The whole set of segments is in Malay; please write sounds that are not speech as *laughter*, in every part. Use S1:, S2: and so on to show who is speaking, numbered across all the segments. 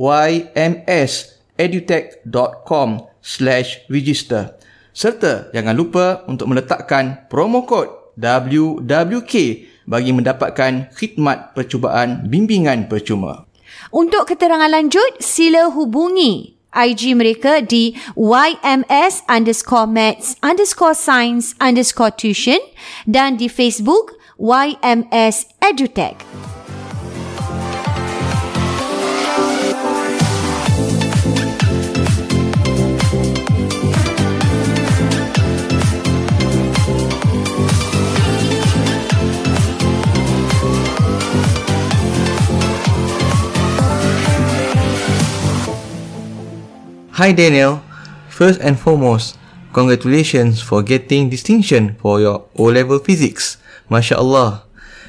S1: ymsedutech.com slash register serta jangan lupa untuk meletakkan promo kod WWK bagi mendapatkan khidmat percubaan bimbingan percuma.
S2: Untuk keterangan lanjut, sila hubungi IG mereka di YMS underscore maths underscore science underscore tuition dan di Facebook YMS Edutech.
S1: Hi Daniel, first and foremost, congratulations for getting distinction for your O-level physics. Masya Allah.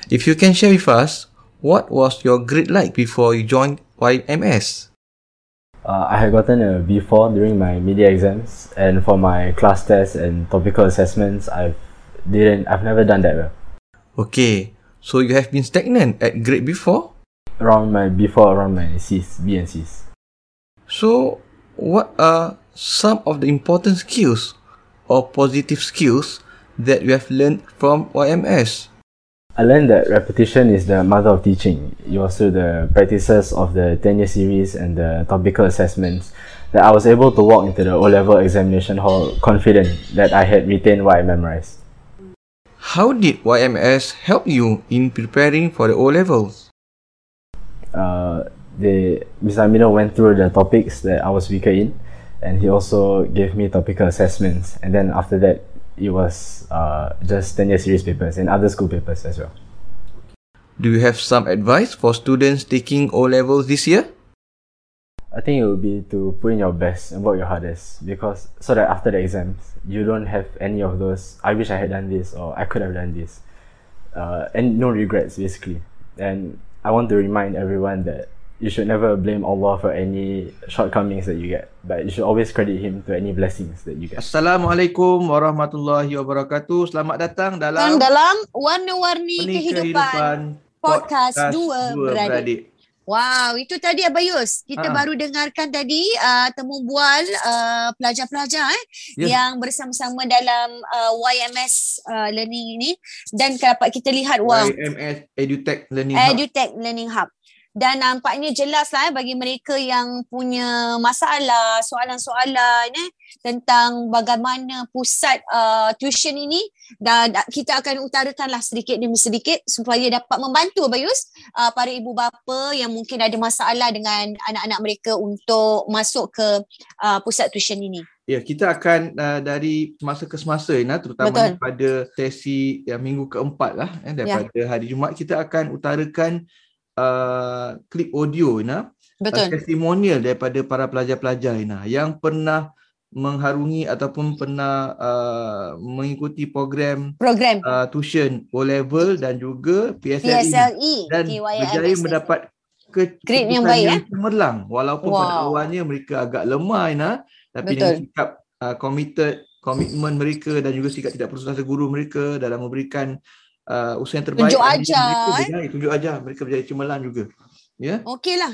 S1: If you can share with us, what was your grade like before you joined YMS?
S3: Uh, I had gotten a B4 during my media exams, and for my class tests and topical assessments, I've didn't I've never done that well.
S1: Okay, so you have been stagnant at grade before?
S3: Around my B4, around my C's, B and C's.
S1: So, what are some of the important skills or positive skills that you have learned from YMS?
S3: I learned that repetition is the mother of teaching. It was through the practices of the 10 year series and the topical assessments that I was able to walk into the O level examination hall confident that I had retained what I memorized.
S1: How did YMS help you in preparing for the O levels?
S3: Uh, the Ms. Amino went through the topics that I was weaker in, and he also gave me topical assessments. And then after that, it was uh, just 10 year series papers and other school papers as well.
S1: Do you have some advice for students taking O levels this year?
S3: I think it would be to put in your best and work your hardest because so that after the exams, you don't have any of those, I wish I had done this or I could have done this. Uh, and no regrets, basically. And I want to remind everyone that you should never blame Allah for any shortcomings that you get, but you should always credit Him to any blessings that you get.
S1: Assalamualaikum warahmatullahi wabarakatuh. Selamat datang dalam
S4: dalam, dalam warna-warni
S1: Warni
S4: kehidupan. Podcast Dua Beradik. Wow, itu tadi Abayus.
S1: Ha.
S4: Kita baru dengarkan tadi uh, temu bual uh, pelajar-pelajar eh
S1: Ya.
S4: yang bersama-sama dalam uh, YMS uh, learning ini dan dapat kita lihat wow,
S1: YMS EduTech Learning Hub.
S4: EduTech Learning Hub. Dan nampaknya jelas lah eh, bagi mereka yang punya masalah, soalan-soalan eh, tentang bagaimana pusat uh, tuition ini dan kita akan utarakanlah sedikit demi sedikit supaya dapat membantu Bayus uh, para ibu bapa yang mungkin ada masalah dengan anak-anak mereka untuk masuk ke uh, pusat tuition ini.
S1: Ya, kita akan uh, dari semasa ke semasa Ina terutamanya Betul. pada sesi ya, minggu keempat lah eh, daripada ya. hari Jumaat kita akan utarakan uh, klip audio Ina
S4: Betul.
S1: Uh, testimonial daripada para pelajar-pelajar Ina yang pernah mengharungi ataupun pernah uh, mengikuti program
S4: Program
S1: uh, tuition O level dan juga PSLE
S4: PSLE
S1: E dan
S4: di YMS.
S1: berjaya mendapat ke
S4: E. Grade yang
S1: keputusan
S4: baik,
S1: yang cemerlang walaupun wow. pada
S4: Wow.
S1: awalnya mereka agak lemah Ina tapi Betul. dengan
S4: Betul.
S1: sikap uh, committed komitmen mereka dan juga sikap tidak putus asa guru mereka dalam memberikan uh, usaha yang terbaik
S4: Tunjuk
S1: dan
S4: ajar,
S1: mereka
S4: eh.
S1: berjaya, tunjuk ajar mereka berjaya cemerlang juga ya yeah?
S4: Okeylah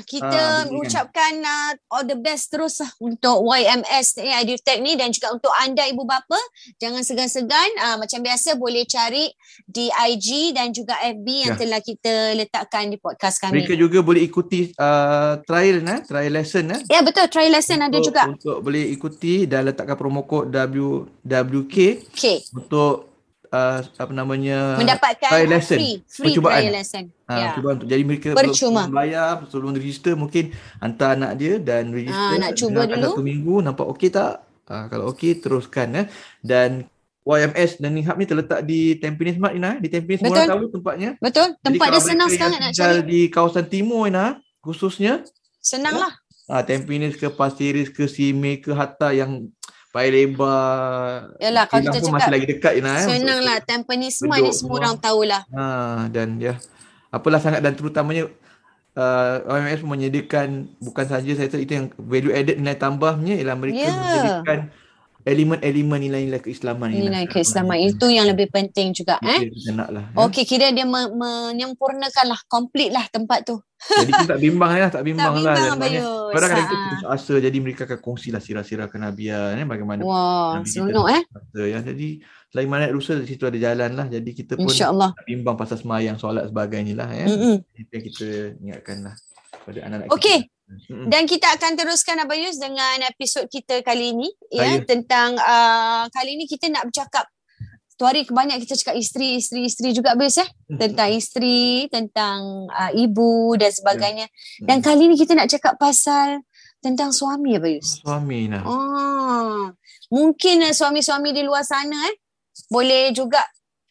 S1: Ah,
S4: lah, kita
S1: begini kan.
S4: ucapkan uh, all the best terus lah untuk YMS ni Edutech E ni dan juga untuk anda ibu bapa jangan segan-segan uh, macam biasa boleh cari di IG dan juga FB yang
S1: Ya.
S4: telah kita letakkan di podcast kami.
S1: Mereka juga boleh ikuti uh, trial nah, trial lesson nah.
S4: Ya betul trial lesson ada juga.
S1: Untuk boleh ikuti dan letakkan promo kod WWK
S4: Okey
S1: untuk uh, apa namanya
S4: mendapatkan
S1: trial lesson.
S4: free free
S1: Percubaan.
S4: trial lesson.
S1: Ha,
S4: ya.
S1: yeah. untuk jadi mereka
S4: Percuma.
S1: belum bayar sebelum register mungkin hantar anak dia dan register
S4: Ah, nak cuba
S1: Dalam satu
S4: dulu.
S1: minggu nampak okey tak ha, kalau okey teruskan eh dan YMS dan Hub ni terletak di Tampines Mart Ina eh. di Tampines
S4: Betul.
S1: murah tahu tempatnya
S4: Betul tempat
S1: Jadi
S4: dia
S1: kalau
S4: senang
S1: mereka
S4: sekarang
S1: yang
S4: nak
S1: tinggal
S4: cari.
S1: di kawasan timur Ina khususnya
S4: Senang lah.
S1: Ah, Tampines ke Pasir Ris ke Simei ke Hatta yang Paya Lebar.
S4: Yalah, kalau
S1: Kilang pun
S4: kita cakap,
S1: Ya. masih lagi dekat je lah. eh, untuk-
S4: Senang lah Tampines Mall ni
S1: Bedok
S4: semua
S1: semua.
S4: orang tahulah.
S1: Ha, dan ya, apalah sangat dan terutamanya uh, OMS menyediakan bukan saja saya rasa itu yang value added nilai tambahnya ialah mereka
S4: Ya.
S1: menyediakan elemen-elemen nilai-nilai keislaman. ni
S4: Nilai
S1: lah.
S4: keislaman itu yang lebih penting juga eh.
S1: Itu kita nak lah. ya.
S4: Okey, kira dia me- menyempurnakan lah, complete lah tempat tu.
S1: Jadi kita tak bimbang lah, tak bimbang,
S4: Tak bimbang
S1: lah.
S4: Abang
S1: Dan
S4: Yus.
S1: Kadang-kadang kita
S4: Ha.
S1: putus asa, jadi mereka akan kongsilah sirah-sirah kenabian, eh, bagaimana
S4: Wah,
S1: Nabi kita
S4: seronok eh.
S1: putus asa, ya. Jadi, selain mana rusa, di situ ada jalan lah. Jadi kita pun
S4: InsyaAllah.
S1: tak bimbang pasal semayang, solat sebagainya lah. Eh.
S4: Mm-mm.
S1: Itu yang kita ingatkan lah pada anak-anak
S4: Okey.
S1: kita. Mm-mm.
S4: Dan kita akan teruskan Abang Yus dengan episod kita kali ini
S1: Ah,
S4: ya
S1: ya.
S4: tentang uh, kali ini kita nak bercakap tu hari banyak kita cakap isteri isteri isteri juga Abis
S1: Hmm.
S4: eh tentang isteri, tentang uh, ibu dan sebagainya.
S1: Ya.
S4: Dan kali ni kita nak cakap pasal tentang suami Abang Yus.
S1: suami lah.
S4: Oh, mungkin uh, suami-suami di luar sana eh boleh juga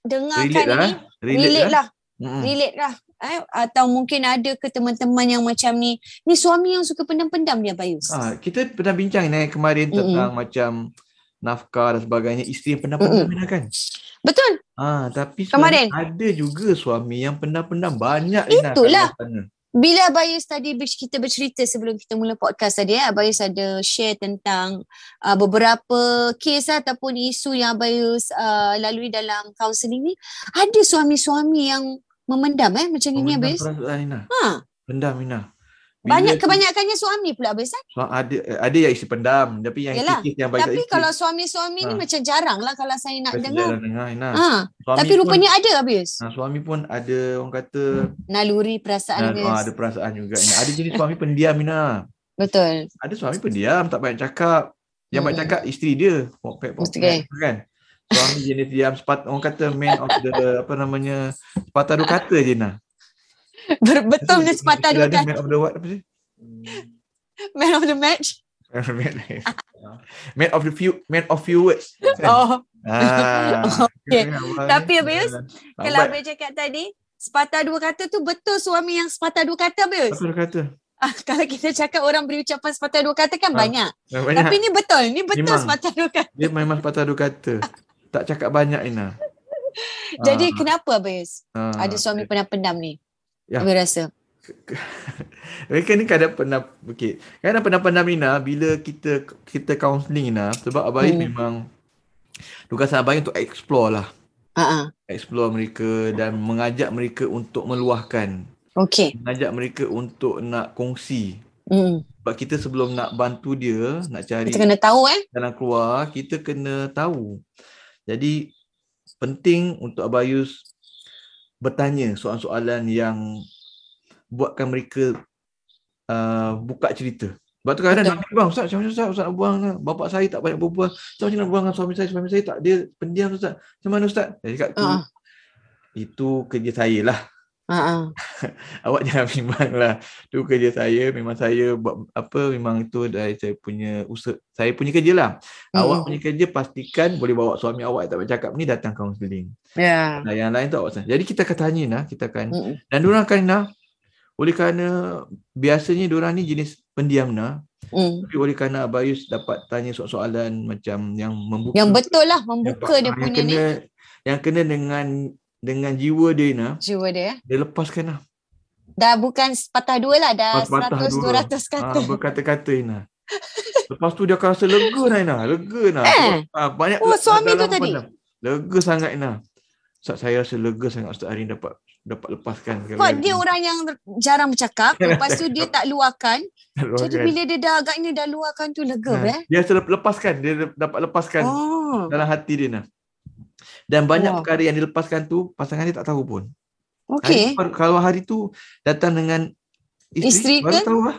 S4: dengarkan
S1: Relate lah. Hmm.
S4: ini. Relate lah,
S1: Mm-mm.
S4: relate lah. Eh, atau mungkin ada ke teman-teman yang macam ni Ni suami yang suka pendam-pendam dia Bayus
S1: Ah, kita pernah bincang ni eh, kemarin
S4: Mm-mm.
S1: tentang macam nafkah dan sebagainya isteri yang pendam-pendam kan.
S4: Betul
S1: Ah, tapi
S4: Kemarin.
S1: sebenarnya ada juga suami yang pendam-pendam banyak Lina, kat
S4: Itulah.
S1: luar sana.
S4: Bila Bayus tadi ber- kita bercerita sebelum kita mula podcast tadi eh, Bayus ada share tentang uh, beberapa kes lah, ataupun isu yang Bayus uh, lalui dalam kaunseling ni Ada suami-suami yang memendam eh macam
S1: Pendam
S4: ini Bayus
S1: perasaan Lina.
S4: ha,
S1: Pendam Lina. Bila
S4: Banyak
S1: tu-
S4: kebanyakannya suami pula Bayus eh?
S1: Su- ada ada yang isteri pendam tapi yang
S4: Yalah.
S1: isteri yang baik
S4: Tapi kalau suami-suami ni
S1: Ha.
S4: macam jarang lah kalau saya nak dengar
S1: dengar Lina.
S4: ha,
S1: Suami
S4: Tapi rupanya ada Bayus
S1: pun, ah, suami pun ada orang kata
S4: Naluri perasaan
S1: dan, ah,
S4: Bayus
S1: ada perasaan juga. Lina. Ada jenis suami pendiam Lina.
S4: Betul *laughs*
S1: ada suami pendiam tak banyak cakap yang banyak
S4: Mm-mm.
S1: cakap isteri dia pokpek
S4: Mesti
S1: pokpek kan suami jenis diam sepat orang kata man of the apa namanya sepatah dua kata je nah
S4: Berbetul punya sepatah dua
S1: Dia ada
S4: kali.
S1: man of the what apa sih *laughs*
S4: Man of the match.
S1: Man- man of the few man of few words
S4: Oh, *laughs*
S1: ah
S4: Okey.
S1: Awal
S4: Tapi,
S1: ni,
S4: Abis,
S1: ah,
S4: kalau
S1: lambat
S4: Abang cakap tadi, sepatah dua kata tu betul suami yang sepatah dua kata, Abis.
S1: sepatah dua kata
S4: Ah, *laughs* kalau kita cakap orang beri ucapan sepatah dua kata kan
S1: Ah,
S4: banyak.
S1: Yang
S4: Tapi
S1: banyak
S4: ni betul. Ni betul
S1: Memang.
S4: sepatah dua kata.
S1: dia memang sepatah dua kata tak cakap banyak Ina Ha.
S4: Jadi kenapa, Abis?
S1: ah,
S4: Ada suami pendam-pendam ni.
S1: Ya.
S4: Abis rasa.
S1: Mereka ni kadang pernah okay. Kadang pernah pernah Mina bila kita kita counselling Mina sebab Abai
S4: Hmm.
S1: hmm. memang tugasan Abai untuk explore lah.
S4: Ha-ha.
S1: Explore mereka dan mengajak mereka untuk meluahkan.
S4: Okay.
S1: Mengajak mereka untuk nak kongsi.
S4: Mm.
S1: Sebab kita sebelum nak bantu dia, nak cari
S4: Kita kena tahu eh.
S1: jalan keluar, kita kena tahu. Jadi penting untuk Abayus bertanya soalan-soalan yang buatkan mereka uh, buka cerita. Sebab tu kadang
S4: Betul.
S1: nanti bang, Ustaz, macam mana Ustaz? Ustaz nak buang lah. Bapak saya tak banyak berbual. Ustaz macam nak buang dengan suami saya? Suami saya tak, dia pendiam Ustaz. Macam mana Ustaz? Saya cakap tu,
S4: Ah.
S1: itu kerja saya lah. *laughs*
S4: Ha-ha.
S1: Awak jangan bimbang lah. Tu kerja saya, memang saya buat apa, memang itu dari saya punya usaha, saya punya kerja lah.
S4: Hmm.
S1: Awak punya kerja pastikan boleh bawa suami awak yang tak payah cakap ni datang kaunseling.
S4: Ya.
S1: Nah, yang lain tu awak sana. Jadi kita akan tanya Nah, kita akan
S4: Mm-mm.
S1: dan diorang akan Nah, oleh kerana biasanya diorang ni jenis pendiam Nah,
S4: Mm.
S1: tapi oleh kerana Abayus dapat tanya soalan-soalan macam yang membuka
S4: Yang betul lah
S1: yang-
S4: membuka dia
S1: yang
S4: punya ni.
S1: kena, yang kena dengan dengan jiwa dia Nah,
S4: Jiwa dia. eh.
S1: dia lepaskan Nah.
S4: Dah bukan sepatah dua lah. Dah
S1: Sepatah
S4: seratus,
S1: dua.
S4: dua ratus
S1: Ha,
S4: kata.
S1: berkata-kata Ina. Lepas tu dia akan rasa lega Nah, Ina. Lega Nah.
S4: Eh?
S1: Ha, banyak
S4: Oh,
S1: le-
S4: suami tu
S1: dalam
S4: tadi?
S1: pandang. Lega sangat Ina. Ustaz, saya rasa lega sangat Ustaz hari ni dapat dapat lepaskan.
S4: Sebab dia orang yang jarang
S1: *laughs*
S4: bercakap, lepas tu dia tak luahkan. Jadi
S1: Jadi
S4: bila dia dah agaknya dah luahkan tu lega eh.
S1: Ah, Dia rasa lep- lepaskan. Dia lep- dapat lepaskan
S4: Oh.
S1: dalam hati dia Ina. Dan banyak
S4: Wah.
S1: perkara yang dilepaskan tu pasangan dia tak tahu pun. Hari
S4: Okey.
S1: tu, kalau hari tu datang dengan
S4: Isteri
S1: isteri, baru
S4: ke?
S1: tahu lah.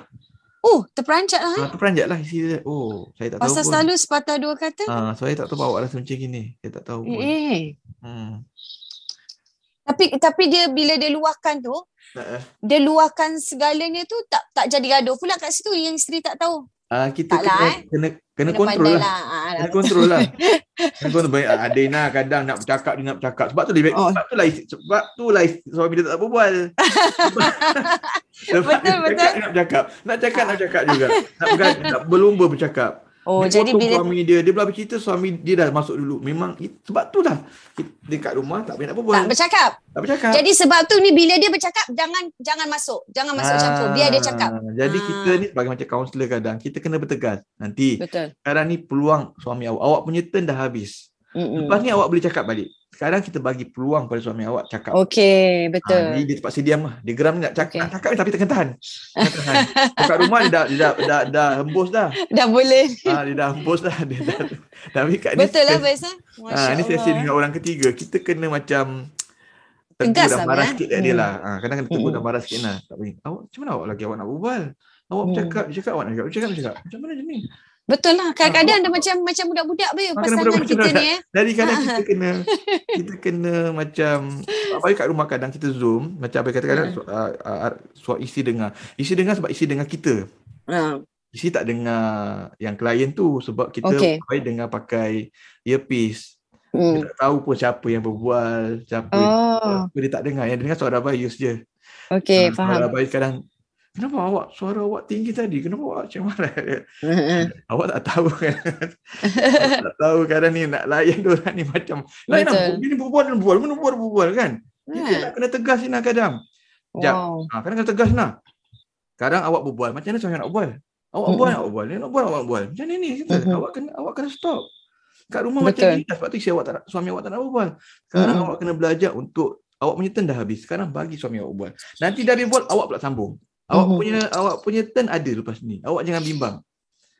S4: Oh, terperancat lah. eh.
S1: Ha, terperanjat lah isteri dia. Oh, saya tak
S4: Pasal
S1: tahu pun.
S4: selalu sepatah dua kata.
S1: Ha, saya tak tahu awak rasa macam gini. Saya tak tahu pun.
S4: Eh, eh.
S1: Hmm.
S4: Tapi tapi dia bila dia luahkan tu,
S1: Ha,
S4: dia luahkan segalanya tu tak tak jadi gaduh pula kat situ yang isteri tak tahu.
S1: Ah, kita
S4: Tak
S1: kena,
S4: lah, eh.
S1: kena kena kontrol lah.
S4: lah.
S1: Kena kontrol
S4: *laughs*
S1: lah. Kena kontrol baik. Ah, Ada Ina kadang nak bercakap dia nak bercakap. Sebab tu lebih
S4: Oh.
S1: sebab tu lah isi- sebab tu lah isi- suami dia tak
S4: *laughs*
S1: berbual. Sebab
S4: Betul,
S1: dia bercakap,
S4: betul.
S1: Nak bercakap. Nak cakap nak cakap juga. Nak, bukan,
S4: *laughs*
S1: nak berlumba bercakap.
S4: Oh,
S1: dia
S4: jadi
S1: potong
S4: bila
S1: suami dia dia belah bercerita suami dia dah masuk dulu. Memang it- sebab tu dah kita- dia kat rumah tak boleh nak berbual.
S4: tak bercakap.
S1: Tak bercakap.
S4: Jadi sebab tu ni bila dia bercakap jangan jangan masuk. Jangan masuk campur. Biar dia cakap.
S1: Ah, Jadi
S4: Ah.
S1: kita ni sebagai macam kaunselor kadang kita kena bertegas. Nanti
S4: Betul.
S1: sekarang ni peluang suami awak awak punya turn dah habis.
S4: Mm-mm.
S1: Lepas ni awak boleh cakap balik. Sekarang kita bagi peluang pada suami awak cakap. Ha,
S4: Okey, Oh, betul.
S1: ni dia terpaksa diam lah. Dia geram ni nak cakap.
S4: Okey.
S1: Nak cakap ni tapi tak tahan. Kena tahan. Dekat rumah dia dah, dia dah, dah, dah hembus dah.
S4: Dah boleh.
S1: Ha, dia dah hembus dah. Dia dah tapi kat ni
S4: Betul lah
S1: sesi-
S4: Bez eh.
S1: ha, ni sesi
S4: Allah.
S1: dengan orang ketiga. Kita kena macam tegur
S4: Tegas
S1: dan
S4: lah,
S1: marah
S4: eh.
S1: sikit kat dia
S4: Hmm.
S1: lah. Ha, kadang kena tegur
S4: Mm-mm.
S1: dan marah sikit lah. Tak boleh. Awak macam mana awak lagi awak nak berbual? Awak
S4: Hmm.
S1: bercakap, dia cakap awak nak cakap, dia cakap, dia cakap. Macam mana je ni?
S4: Betul lah.
S1: Ah,
S4: Kadang-kadang dia macam macam budak-budak be
S1: Makan
S4: pasangan
S1: budak-budak
S4: kita
S1: dah.
S4: ni eh.
S1: Dari kadang
S4: *laughs*
S1: kita kena kita kena macam apa kat rumah kadang kita zoom macam apa kata kadang
S4: Hmm.
S1: hmm. uh, uh, suara isi dengar. Isi dengar sebab isi dengar kita.
S4: Ha.
S1: Isi tak dengar yang klien tu sebab kita
S4: Okey.
S1: okay. dengar pakai earpiece.
S4: Hmm.
S1: Dia tak tahu pun siapa yang berbual, siapa yang
S4: Oh,
S1: apa dia tak dengar. Yang dia dengar suara bias je.
S4: okey,
S1: Ah, Suara
S4: *laughs* faham.
S1: bias kadang Kenapa awak suara awak tinggi tadi? Kenapa awak macam marah? *laughs* Awak tak tahu kan Awak tak tahu kadang ni Nak layan diorang ni macam Layan lah
S4: Betul.
S1: Dia ni berbual dan berbual Mana berbual berbual kan Kita
S4: Ha.
S1: nak kena tegas ni nak kadang Sekejap.
S4: Wow.
S1: ha, Kadang kena tegas nak Kadang awak berbual Macam mana saya nak berbual Awak
S4: Mm-mm.
S1: berbual nak berbual Dia nak berbual awak berbual Macam ni ni kita.
S4: Mhm.
S1: Awak kena awak kena stop Kat rumah
S4: Betul.
S1: macam ni dah. Sebab tu isteri awak tak nak, suami awak tak nak berbual Sekarang
S4: Mm-mm.
S1: awak kena belajar untuk Awak punya turn dah habis Sekarang bagi suami awak berbual Nanti dah dia berbual Awak pula sambung Awak
S4: Mhm.
S1: punya awak punya turn ada lepas ni. Awak jangan bimbang.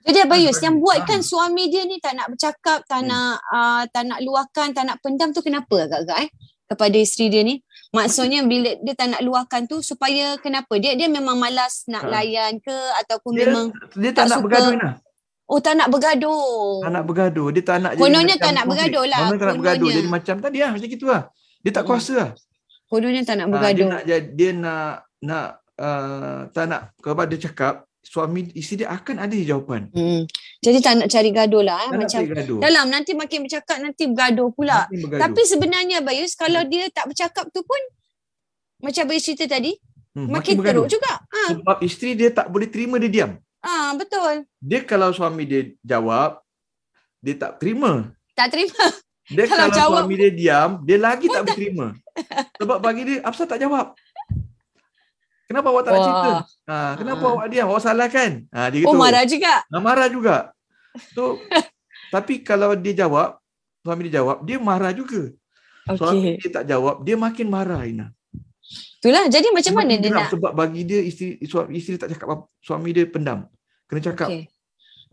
S4: Jadi Abayus yang
S1: Ah.
S4: buat kan suami dia ni tak nak bercakap, tak
S1: Hmm.
S4: nak uh, tak nak luahkan, tak nak pendam tu kenapa agak-agak eh kepada isteri dia ni? Maksudnya bila dia tak nak luahkan tu supaya kenapa? Dia dia memang malas nak
S1: Ah.
S4: layan ke ataupun
S1: Dia,
S4: memang
S1: dia tak,
S4: tak
S1: nak
S4: suka
S1: bergaduh Inah.
S4: oh tak nak bergaduh.
S1: Tak nak bergaduh. Dia tak nak
S4: Oh.
S1: macam
S4: Kononnya tak nak
S1: konflik.
S4: bergaduh lah,
S1: Kononnya tak nak bergaduh.
S4: kononnya.
S1: Jadi macam tadi lah. Macam gitu lah. Dia tak
S4: Hmm.
S1: kuasa lah.
S4: Kononnya tak
S1: Ha, dia
S4: nak bergaduh.
S1: nak, jadi- dia nak, nak uh, tak nak kalau dia cakap, suami isteri dia akan ada jawapan.
S4: Hmm. Jadi tak nak cari gaduh lah eh.
S1: Tak nak
S4: macam
S1: bergaduh.
S4: dalam nanti makin bercakap nanti bergaduh pula.
S1: Nanti bergaduh.
S4: Tapi sebenarnya Bayus kalau dia tak bercakap tu pun macam Bayus cerita tadi
S1: Hmm,
S4: makin, teruk juga. Ha,
S1: Sebab isteri dia tak boleh terima dia diam.
S4: ha betul.
S1: Dia kalau suami dia jawab, dia tak terima.
S4: Tak terima
S1: Dia
S4: Kalau
S1: kalau,
S4: jawab
S1: suami dia diam, dia lagi tak berterima. Sebab bagi dia, Afsah tak jawab. Kenapa awak tak nak cerita?
S4: Wah.
S1: Ha, kenapa
S4: Ah.
S1: awak diam? Awak salah kan? Ha, dia
S4: Oh
S1: gitu.
S4: marah juga.
S1: Nah, marah juga.
S4: *laughs*
S1: So, tapi kalau dia jawab, suami dia jawab, dia marah juga. Suami
S4: Okey.
S1: dia tak jawab, dia makin marah Ina.
S4: Itulah. Jadi macam mana
S1: Makin
S4: dia
S1: geram
S4: nak?
S1: Sebab bagi dia isteri suami isteri tak cakap apa, suami dia pendam. Kena cakap.
S4: Okey.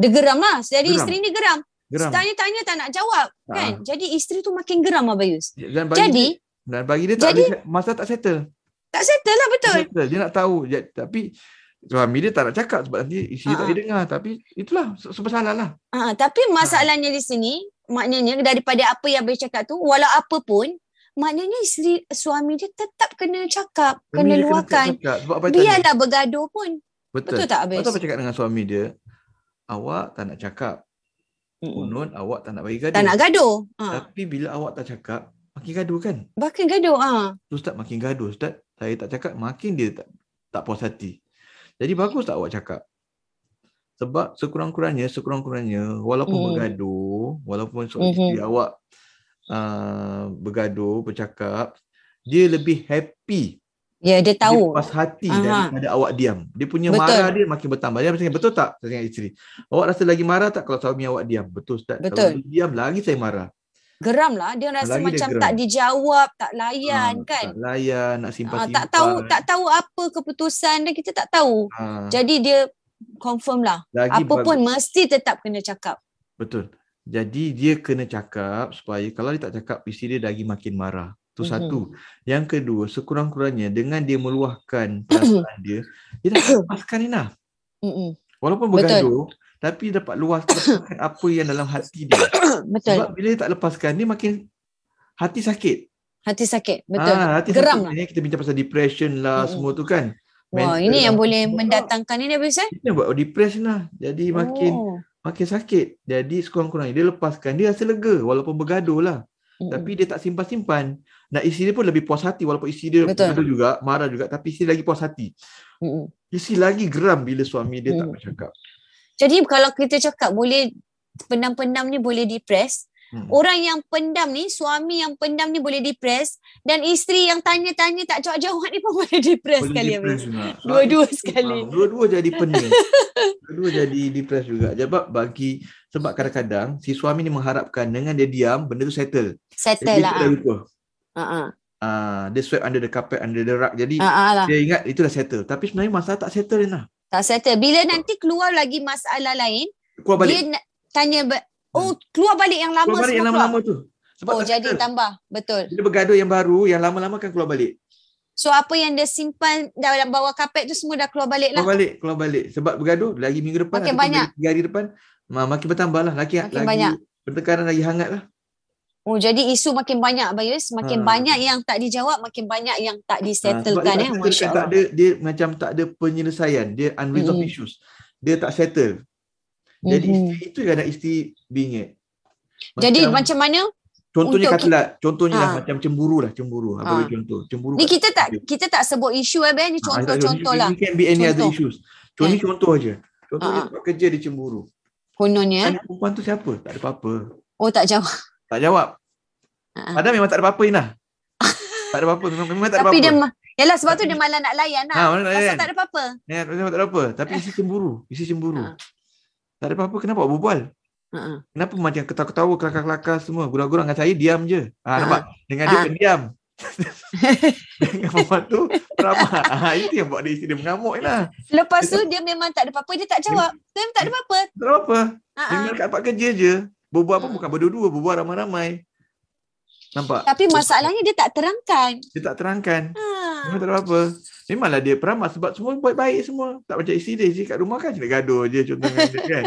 S4: Dia geram lah. Jadi
S1: Geram.
S4: isteri ni geram.
S1: Geram. Ah.
S4: Tanya-tanya tak nak jawab kan. Jadi isteri tu makin geram Abayus.
S1: Dan bagi
S4: Jadi
S1: dan bagi dia tak
S4: jadi-
S1: boleh, masalah tak settle.
S4: tak settle lah betul.
S1: Settle. Dia nak tahu dia, tapi suami dia tak nak cakap sebab nanti isteri
S4: Ah,
S1: tak boleh dengar tapi itulah se- sebab salah lah.
S4: Ha, tapi masalahnya di sini maknanya daripada apa yang Abayus cakap tu walau apa pun maknanya isteri suami dia tetap kena cakap,
S1: Suami
S4: kena
S1: dia
S4: luahkan. lah.
S1: tetap cakap sebab apa tanya.
S4: Biarlah bergaduh pun.
S1: Betul.
S4: Betul tak
S1: Lepas
S4: Abayus?
S1: tu apa cakap dengan suami dia? Awak tak nak cakap.
S4: Mm-mm.
S1: Konon awak tak nak bagi gaduh.
S4: Tak nak gaduh. Ha,
S1: Tapi bila awak tak cakap, makin gaduh kan?
S4: bahkan gaduh. Ha.
S1: Tu Ustaz makin gaduh. Ustaz, saya tak cakap, makin dia tak, tak puas hati. Jadi bagus tak awak cakap? Sebab sekurang-kurangnya, sekurang-kurangnya, walaupun
S4: Mm.
S1: bergaduh, walaupun
S4: Mhm.
S1: suami isteri awak uh, bergaduh, bercakap, dia lebih happy.
S4: Ya dia
S1: Dia
S4: tahu.
S1: puas hati
S4: Aha.
S1: daripada awak diam. Dia punya
S4: Betul.
S1: marah dia makin bertambah. Dia macam, betul tak? Saya dengan isteri. Awak rasa lagi marah tak kalau suami awak diam? Betul Ustaz.
S4: Betul.
S1: Kalau dia diam, lagi saya marah.
S4: geram lah dia rasa
S1: Lagi dia
S4: macam
S1: geram.
S4: tak dijawab tak layan
S1: Ah,
S4: kan
S1: Tak layan, nak
S4: ah,
S1: simpan-simpan.
S4: tak tahu tak tahu apa keputusan dia kita tak tahu
S1: Ah,
S4: jadi dia confirm lah
S1: lagi
S4: apa
S1: bagus.
S4: pun mesti tetap kena cakap
S1: Betul. Jadi dia kena cakap supaya kalau dia tak cakap isteri dia lagi makin marah. Itu
S4: Mhm.
S1: satu. Yang kedua, sekurang-kurangnya dengan dia
S4: *coughs*
S1: meluahkan perasaan dia, dia dapat lepaskan Ina. *coughs*
S4: Mm-mm.
S1: Walaupun
S4: Betul.
S1: bergaduh, tapi dapat luaskan *coughs* apa yang dalam hati dia.
S4: betul
S1: Sebab bila dia tak lepaskan, dia makin hati sakit.
S4: hati sakit betul
S1: Ah, hati
S4: Geram
S1: sakit. Lah. Kita bincang pasal depression lah,
S4: Mhm.
S1: semua tu kan.
S4: Wah,
S1: Mental
S4: ini yang
S1: lah.
S4: boleh mendatangkan ini habis eh?
S1: Dia buat depressed lah. Jadi makin
S4: Oh.
S1: makin sakit. Jadi sekurang-kurangnya dia lepaskan. Dia rasa lega walaupun bergaduh lah.
S4: Mm-mm.
S1: Tapi dia tak simpan-simpan. Nak isteri dia pun lebih puas hati walaupun isteri dia
S4: Betul.
S1: gaduh juga, marah juga tapi isteri lagi puas hati.
S4: Mm-mm.
S1: Isteri lagi geram bila suami dia tak
S4: Mm.
S1: bercakap.
S4: Jadi kalau kita cakap boleh pendam-pendam ni boleh depres,
S1: Hmm.
S4: orang yang pendam ni, suami yang pendam ni boleh depres dan isteri yang tanya-tanya tak jawab-jawab *laughs* ni pun boleh depres
S1: Boleh
S4: sekali
S1: depressed
S4: habis.
S1: juga.
S4: Dua-dua
S1: Ah,
S4: sekali.
S1: Dua-dua jadi
S4: *laughs*
S1: pening. Dua-dua jadi depressed juga. Sebab bagi sebab kadang-kadang si suami ni mengharapkan dengan dia diam benda tu settle.
S4: Settle
S1: Jadi
S4: lah.
S1: dia dah lupa.
S4: Ha ah.
S1: Ah, dia sweep under the carpet, under the rug. Jadi
S4: Ha ah lah.
S1: dia ingat itu dah settle. Tapi sebenarnya masalah tak settle lah.
S4: Tak settle. Bila nanti keluar lagi masalah lain,
S1: Keluar
S4: dia
S1: balik. Hmm.
S4: nak tanya ba- Oh, keluar balik yang lama
S1: keluar balik
S4: semua
S1: yang
S4: keluar.
S1: lama-lama tu. Sebab
S4: Oh,
S1: tak
S4: jadi
S1: settle.
S4: tambah. Betul.
S1: Bila bergaduh yang baru, yang lama-lama kan keluar balik.
S4: So, apa yang dia simpan dalam bawah kapet tu semua dah keluar balik lah.
S1: Keluar balik, keluar balik. Sebab bergaduh lagi minggu depan
S4: Makin
S1: ataupun
S4: banyak.
S1: lagi tiga hari depan ma- makin bertambah lah. Lagi,
S4: Makin
S1: lagi
S4: banyak.
S1: pertengkaran lagi hangat lah.
S4: Oh jadi isu makin banyak Bayus, makin
S1: Ha.
S4: banyak yang tak dijawab, makin banyak yang
S1: Ah,
S4: tak
S1: sebab
S4: disettlekan
S1: dia
S4: eh
S1: tak settle, dia tak
S4: masya-Allah.
S1: ada dia macam tak ada penyelesaian. Dia unresolved
S4: Mm-mm.
S1: issues. Dia tak settle. Jadi
S4: Mhm.
S1: isteri itu kadang isteri bingit.
S4: Jadi macam mana?
S1: Contohnya
S4: Untuk
S1: katalah, contohnya lah
S4: Ha.
S1: macam cemburu lah, cemburu. Apa
S4: Ha.
S1: bagi contoh? Cemburu.
S4: Ni
S1: kat-
S4: kita tak kita tak sebut isu eh
S1: Ah, tak
S4: Ben, ni
S1: ada.
S4: contoh-contoh lah.
S1: It can be any other
S4: Contoh. Eh.
S1: issues. Contoh ni contoh aja. Contohnya
S4: Ha.
S1: sebab kerja dia cemburu.
S4: Kononnya eh.
S1: Tanya perempuan tu siapa? Tak ada apa-apa.
S4: Oh tak jawab.
S1: Tak jawab.
S4: Ha.
S1: Padahal memang tak ada apa-apa
S4: *laughs*
S1: Inah. tak ada apa-apa. Memang, memang tak ada
S4: Tapi
S1: apa-apa. Ha,
S4: dia ma- Yalah sebab tu
S1: Tapi-
S4: dia malah nak layan lah.
S1: ha, mana
S4: Pasal
S1: layan.
S4: tak ada Eh. apa-apa.
S1: Ya, memang tak ada apa. Tapi isi cemburu. Isi cemburu.
S4: Ha.
S1: Tak ada apa-apa. Kenapa awak berbual?
S4: Ha, ha.
S1: Kenapa macam ketawa-ketawa, kelakar-kelakar semua. Gurau-gurau dengan saya, diam je.
S4: Ha.
S1: Ha, nampak? Dengan dia,
S4: Ha.
S1: pendiam. *laughs* dengan perempuan tu, ramah. Ha, itu yang buat dia isteri dia mengamuk lah.
S4: Lepas tu dia memang tak ada apa-apa, dia tak jawab. Memang tak ada apa-apa.
S1: Tak ada apa.
S4: Ha, ha.
S1: Dengan kat tempat kerja je. Berbual apa
S4: Ha.
S1: bukan berdua-dua. Berbual ramai-ramai. Nampak?
S4: Tapi masalahnya dia tak terangkan.
S1: Dia tak terangkan.
S4: Ha.
S1: Memang tak ada apa. Memanglah dia peramah sebab semua buat baik semua. Tak macam isteri dia. Isteri kat rumah kan dia gaduh je contoh dengan dia
S4: *laughs*
S1: kan.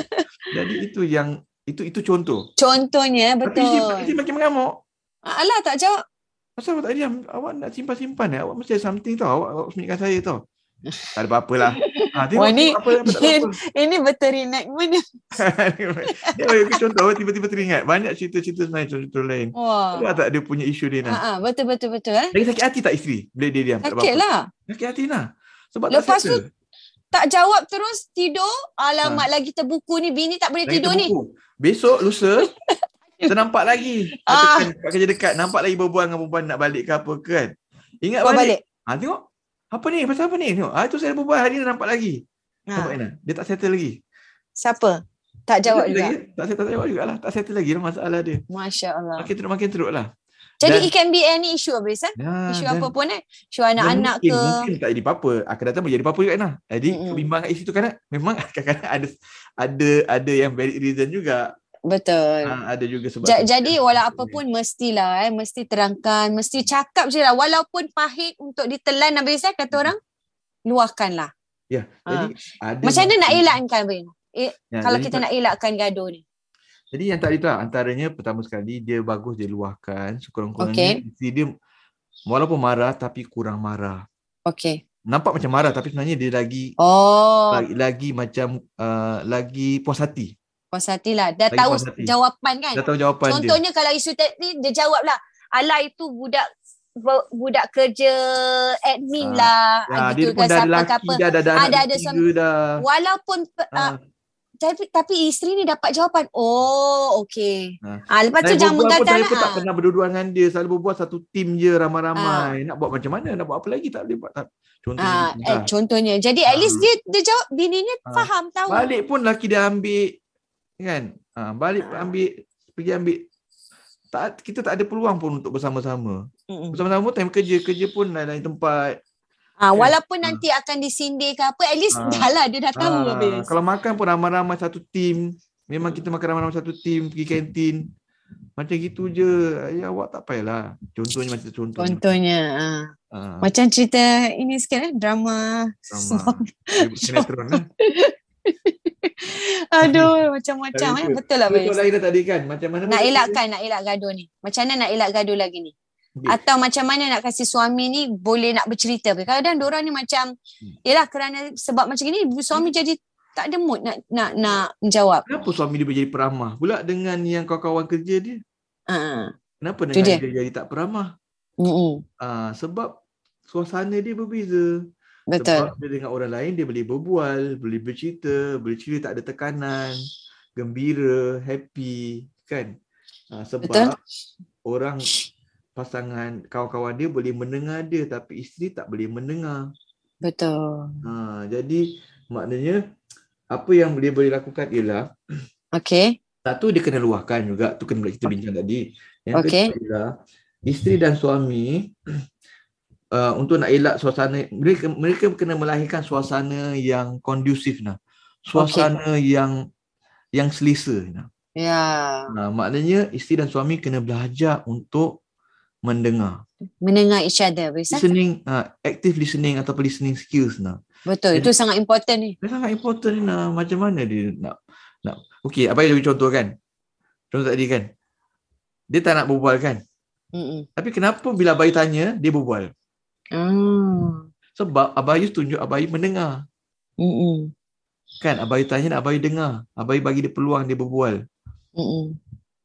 S1: Jadi itu yang itu itu contoh.
S4: Contohnya
S1: Tapi isteri, isteri
S4: betul.
S1: makin mengamuk.
S4: Alah tak jawab.
S1: Pasal awak tak diam? Awak nak simpan-simpan eh? Awak mesti ada something tau. Awak, awak sembunyikan saya tau. Tak ada apa-apa lah. Ha, tengok,
S4: Wah, ni-
S1: tengok apa, apa, tak ada apa.
S4: Ini betul reenactment. *laughs*
S1: *laughs* Dia bagi contoh. Awak tiba-tiba teringat. Banyak cerita-cerita sebenarnya contoh-contoh lain.
S4: Wah.
S1: Nampak tak dia punya isu dia
S4: Ha,
S1: nak?
S4: ha, betul betul betul eh.
S1: Lagi sakit hati tak isteri? Bila dia diam. tak ada apa-apa.
S4: Sakit lah.
S1: Sakit hati lah. Sebab
S4: Lepas
S1: tak settle.
S4: tak jawab terus tidur. Alamak lagi terbuku ni bini tak boleh
S1: Ha. Lagi
S4: tidur ni.
S1: terbuku. Besok
S4: *laughs*
S1: lusa ternampak lagi. Ah.
S4: Ah.
S1: Dekat kerja dekat nampak lagi berbual dengan perempuan nak balik ke apa ke kan. Ingat
S4: Kau
S1: balik.
S4: balik.
S1: Ha tengok. Apa ni? Pasal apa ni? Tengok. Ha tu saya berbual hari ni nampak lagi. Nampak
S4: Ha.
S1: Ina? Dia tak settle lagi.
S4: Siapa? Tak
S1: Tak
S4: jawab
S1: settle
S4: juga.
S1: Lagi. Tak settle tak jawab jugalah. Tak settle lagi lah masalah dia.
S4: Masya Allah.
S1: Makin teruk makin teruk lah.
S4: Jadi
S1: Dan-
S4: it can be any issue habis eh.
S1: Nah,
S4: Isu apa pun eh. Isu anak-anak
S1: mungkin,
S4: ke.
S1: mungkin tak jadi apa-apa. Akan datang boleh jadi apa-apa juga Ina. Jadi
S4: Mm-mm.
S1: mm kebimbangan isi tu kan *laughs* memang kadang-kadang ada ada ada yang valid reason juga.
S4: Betul.
S1: Ha, ada juga sebab. Ya.
S4: Ja- Jadi walau apa pun mestilah eh. Mesti terangkan. Mesti cakap je lah. Walaupun pahit untuk ditelan habis eh
S1: Hmm.
S4: kata orang. Luahkanlah.
S1: Ya, jadi ada
S4: Ah. Macam mana nak elakkan Bin?
S1: Ya,
S4: Kalau
S1: jadi
S4: kita
S1: tak-
S4: nak elakkan gaduh ni.
S1: Jadi yang tak itulah antaranya pertama sekali dia bagus dia luahkan sekurang-kurangnya isteri dia walaupun marah tapi kurang marah.
S4: Okay.
S1: Nampak macam marah tapi sebenarnya dia lagi
S4: Oh.
S1: lagi, lagi macam uh, lagi puas hati.
S4: Puas hatilah. Dah
S1: Lagi
S4: tahu
S1: puas hati.
S4: jawapan kan?
S1: Dah tahu jawapan dia.
S4: Contohnya kalau isu teknik dia jawab lah. Alah itu budak bu- budak kerja admin
S1: Ah,
S4: lah.
S1: Ya,
S4: Ah,
S1: dia
S4: gitu
S1: pun
S4: kan
S1: dah ada
S4: siapa ke
S1: laki,
S4: apa.
S1: dah ada, ada
S4: Ada-
S1: anak
S4: ada
S1: ada,
S4: suami.
S1: dah.
S4: Walaupun pe-
S1: Ha,
S4: ah, tapi, tapi isteri ni dapat jawapan. Oh, okey.
S1: Ah.
S4: Ah, lepas tu
S1: Saya berbual
S4: jangan
S1: pun,
S4: menggatal
S1: saya
S4: lah.
S1: pun tak pernah berdua dengan dia. Selalu berbual satu tim je ramai-ramai. Nak buat macam mana? Nak buat apa lagi? Tak boleh buat. Tak. Contohnya.
S4: Ah,
S1: gitu
S4: eh,
S1: lah.
S4: contohnya. Jadi at
S1: Ah.
S4: least dia dia jawab bininya
S1: Ah.
S4: faham tahu.
S1: Balik pun laki dia ambil kan. Ha, balik
S4: Ah.
S1: ambil pergi ambil tak kita tak ada peluang pun untuk bersama-sama.
S4: Mm-mm.
S1: Bersama-sama time kerja, kerja pun lain-lain tempat.
S4: Ah, walaupun
S1: Ah.
S4: nanti akan disindir ke apa, at least
S1: Ah.
S4: dah lah dia dah tahu
S1: Ah,
S4: habis.
S1: kalau makan pun ramai-ramai satu tim. Memang kita makan ramai-ramai satu tim, pergi kantin. Macam gitu je. Ya awak tak payahlah. Contohnya macam contoh.
S4: Contohnya. ah.
S1: Ha,
S4: Macam cerita ini sikit eh, drama. *laughs*
S1: drama. Sinetron lah.
S4: Aduh, macam-macam eh.
S1: Betul.
S4: Betul lah
S1: Contoh
S4: Bayus.
S1: lain dah tadi kan. Macam mana
S4: Nak
S1: boleh-
S4: elakkan, nak elak gaduh ni. Macam mana nak elak gaduh lagi ni? atau macam mana nak kasi suami ni boleh nak bercerita kadang-kadang diorang ni macam
S1: Hmm.
S4: yalah kerana sebab macam ni suami jadi tak ada mood nak nak nak menjawab
S1: Kenapa suami dia jadi peramah? Pula dengan yang kawan-kawan kerja dia,
S4: ha
S1: kenapa
S4: Tu
S1: dengan
S4: dia.
S1: dia. dia jadi tak peramah?
S4: Mm-mm.
S1: Ah, sebab suasana dia berbeza.
S4: betul
S1: Sebab dia dengan orang lain dia boleh berbual, boleh bercerita, boleh cerita tak ada tekanan, gembira, happy, kan? Ha, sebab
S4: Betul.
S1: orang pasangan kawan-kawan dia boleh mendengar dia tapi isteri tak boleh mendengar.
S4: betul
S1: Ha, jadi maknanya apa yang dia boleh lakukan ialah
S4: okey
S1: satu dia kena luahkan juga tu kena kita bincang tadi. Yang
S4: Okey.
S1: kedua ialah isteri dan suami *clears throat* uh, untuk nak elak suasana mereka mereka kena melahirkan suasana yang kondusif nah. Suasana yang yang selesa nah.
S4: ya
S1: Nah, maknanya isteri dan suami kena belajar untuk mendengar.
S4: mendengar each other bisa
S1: Listening, uh, active listening ataupun listening skills nah.
S4: betul itu sangat important ni
S1: Dia sangat important ni nak macam mana dia nak nak okey apa yang dia contoh kan? Contoh tadi kan. Dia tak nak berbual kan?
S4: Mm-mm.
S1: Tapi kenapa bila abai tanya dia berbual?
S4: Hmm.
S1: Sebab abai tunjuk abai mendengar.
S4: Mm-mm.
S1: Kan abai tanya nak abai dengar. Abai bagi dia peluang dia berbual.
S4: Mm-mm.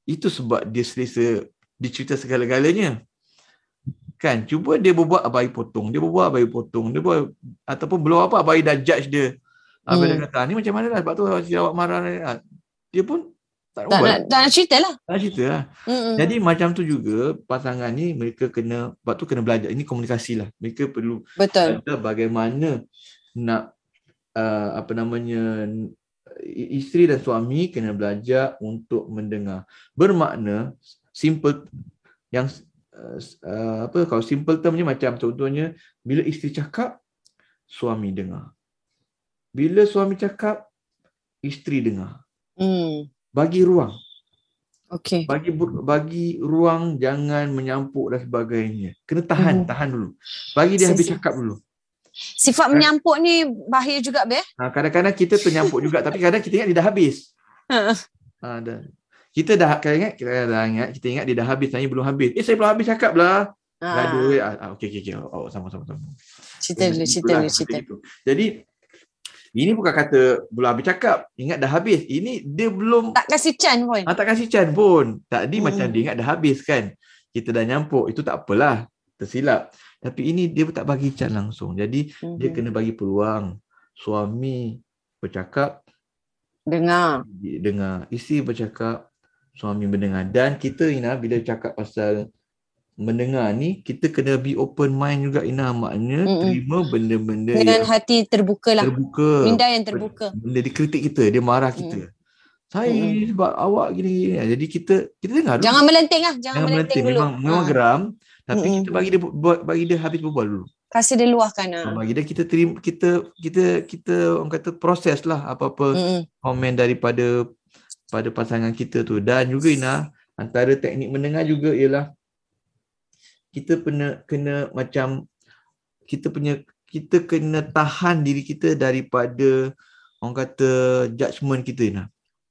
S1: Itu sebab dia selesa dia cerita segala-galanya. Kan? Cuba dia berbuat abai potong, dia berbuat abai potong, dia buat ataupun belum apa abai dah judge dia. Abai
S4: Hmm.
S1: dah kata ni macam mana lah sebab tu awak marah ni. Ah, Dia pun tak, nak
S4: tak nak Hmm.
S1: buat.
S4: tak nak cerita lah
S1: Tak nak cerita lah.
S4: Mm-mm.
S1: Jadi macam tu juga pasangan ni mereka kena sebab tu kena belajar ini komunikasi lah. Mereka perlu
S4: betul
S1: adalah bagaimana nak uh, apa namanya i- isteri dan suami kena belajar untuk mendengar. Bermakna simple yang uh, uh, apa kalau simple termnya macam contohnya bila isteri cakap suami dengar. Bila suami cakap isteri dengar.
S4: mm.
S1: Bagi ruang,
S4: okey
S1: bagi bu- bagi ruang jangan menyampuk dan sebagainya. Kena tahan,
S4: Mhm.
S1: tahan dulu. Bagi dia habis
S4: Sesi-
S1: cakap dulu.
S4: sifat menyampuk ni bahaya juga be
S1: Ha, kadang-kadang kita ternyampuk juga tapi kadang kita ingat dia dah habis.
S4: Ha.
S1: Ha, dah. Kita dah kadang ingat kita dah ingat kita ingat dia dah habis tanya belum habis. Eh saya belum habis cakap lah. Gaduh eh. Ah, ah, okey okey okey. Oh, oh, sama sama sama.
S4: Ha. cerita dulu cerita
S1: Itulah,
S4: dulu cerita
S1: seperti itu. Jadi ini bukan kata belum habis cakap, ingat dah habis. Ini dia belum
S4: tak kasih chance pun
S1: ah, tak kasi can pun. Tadi
S4: Hmm.
S1: macam dia ingat dah habis kan. Kita dah nyampuk, itu tak apalah. Tersilap. Tapi ini dia tak bagi can langsung. Jadi dia
S4: Mhm.
S1: kena bagi peluang suami bercakap
S4: dengar
S1: dia dengar isteri bercakap suami mendengar dan kita Ina bila cakap pasal mendengar ni kita kena be open mind juga Ina maknanya
S4: Mm-mm.
S1: Mm-mm. terima benda-benda
S4: dengan
S1: yang
S4: hati terbuka lah
S1: terbuka
S4: minda yang terbuka
S1: benda dikritik kita dia marah kita saya
S4: Mm-mm.
S1: ini sebab awak gini, gini jadi kita kita dengar dulu.
S4: jangan melenting lah jangan,
S1: Jangan
S4: melenting, dulu
S1: memang memang
S4: Ha.
S1: geram tapi
S4: Mm-mm.
S1: kita bagi dia buat bagi dia habis berbual dulu
S4: kasih dia luahkan ha.
S1: bagi dia kita terima kita kita kita orang kata proses lah apa-apa
S4: Mm-mm.
S1: komen daripada pada pasangan kita tu dan juga Ina antara teknik mendengar juga ialah kita kena kena macam kita punya kita kena tahan diri kita daripada orang kata judgement kita Ina.